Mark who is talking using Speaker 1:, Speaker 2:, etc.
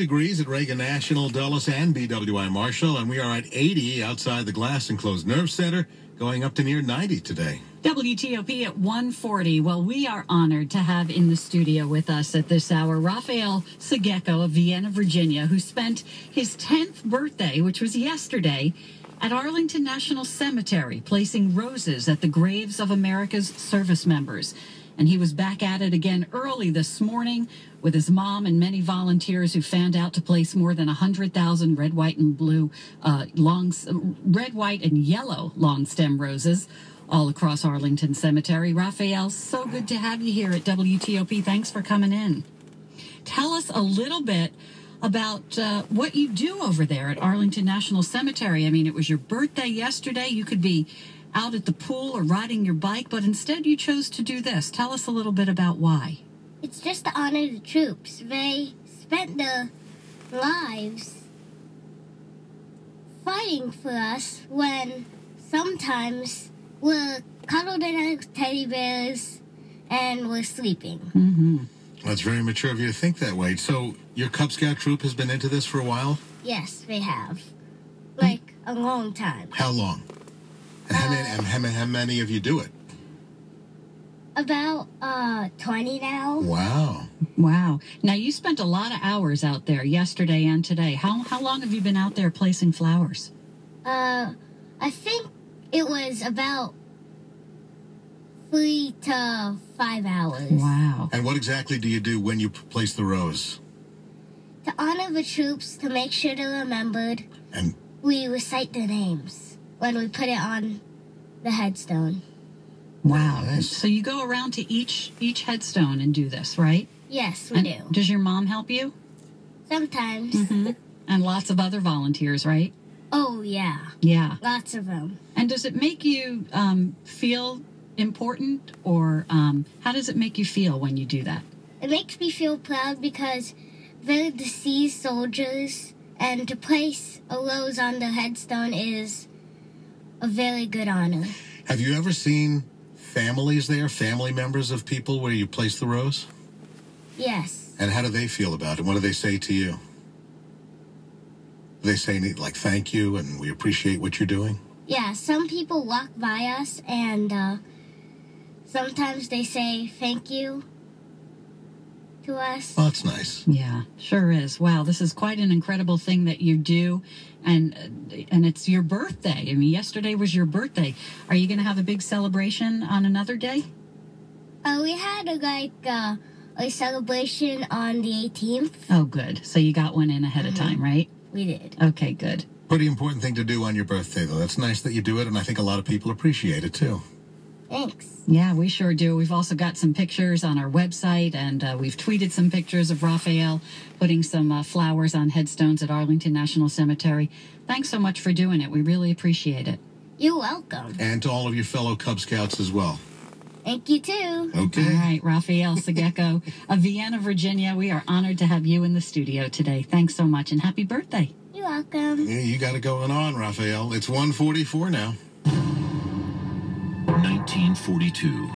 Speaker 1: degrees at Reagan National, Dulles, and BWI Marshall, and we are at 80 outside the Glass Enclosed Nerve Center, going up to near 90 today.
Speaker 2: WTOP at 140. Well, we are honored to have in the studio with us at this hour Raphael Segeko of Vienna, Virginia, who spent his 10th birthday, which was yesterday, at Arlington National Cemetery, placing roses at the graves of America's service members. And he was back at it again early this morning with his mom and many volunteers who fanned out to place more than 100,000 red, white, and blue, uh, long, red, white, and yellow long stem roses all across Arlington Cemetery. Raphael, so good to have you here at WTOP. Thanks for coming in. Tell us a little bit about uh, what you do over there at Arlington National Cemetery. I mean, it was your birthday yesterday. You could be out at the pool or riding your bike, but instead you chose to do this. Tell us a little bit about why.
Speaker 3: It's just to honor the troops. They spent their lives fighting for us when sometimes we're cuddled in like teddy bears and we're sleeping.
Speaker 2: Mm-hmm.
Speaker 1: That's very mature of you to think that way. So, your Cub Scout troop has been into this for a while?
Speaker 3: Yes, they have. Like a long time.
Speaker 1: How long? And how, many, and how many- how many of you do it?
Speaker 3: About uh 20 now.
Speaker 1: Wow.
Speaker 2: Wow. Now, you spent a lot of hours out there yesterday and today. How, how long have you been out there placing flowers?
Speaker 3: Uh I think it was about 3 to 5 hours.
Speaker 2: Wow.
Speaker 1: And what exactly do you do when you p- place the rose?
Speaker 3: To honor the troops to make sure they're remembered,
Speaker 1: And
Speaker 3: we recite their names when we put it on the headstone.
Speaker 2: Wow.
Speaker 1: Nice.
Speaker 2: So you go around to each each headstone and do this, right?
Speaker 3: Yes, we
Speaker 2: And
Speaker 3: do.
Speaker 2: Does your mom help you?
Speaker 3: Sometimes.
Speaker 2: And lots of other volunteers, right?
Speaker 3: Oh, yeah.
Speaker 2: Yeah.
Speaker 3: Lots of them.
Speaker 2: And does it make you um, feel important, or um, how does it make you feel when you do that?
Speaker 3: It makes me feel proud because they're deceased soldiers, and to place a rose on their headstone is a very good honor.
Speaker 1: have you ever seen families there, family members of people where you place the rose?
Speaker 3: Yes.
Speaker 1: And how do they feel about it? What do they say to you? They say any- like thank you and we appreciate what you're doing.
Speaker 3: Yeah, some people walk by us, and uh, sometimes they say thank you to us.
Speaker 1: Well, that's nice.
Speaker 2: Yeah, sure is. Wow, this is quite an incredible thing that you do, and and it's your birthday. I mean, yesterday was your birthday. Are you going to have a big celebration on another day?
Speaker 3: Uh, we had a, like uh, a celebration on the 18th.
Speaker 2: Oh, good. So you got one in ahead of
Speaker 3: Uh-huh.
Speaker 2: time, right?
Speaker 3: We did.
Speaker 2: Okay, good.
Speaker 1: Pretty important thing to do on your birthday, though. That's nice that you do it, and I think a lot of people appreciate it too.
Speaker 3: Thanks.
Speaker 2: Yeah, we sure do. We've also got some pictures on our website, and uh, we've tweeted some pictures of Raphael putting some uh, flowers on headstones at Arlington National Cemetery. Thanks so much for doing it. We really appreciate it.
Speaker 3: You're welcome.
Speaker 1: And to all of your fellow Cub Scouts as well.
Speaker 3: Thank you too.
Speaker 1: Okay.
Speaker 2: All right, Raphael Segeko of Vienna, Virginia. We are honored to have you in the studio today. Thanks so much, and happy birthday.
Speaker 3: You're welcome.
Speaker 1: Yeah, you got it going on, Raphael. It's 144 now.
Speaker 4: 1942.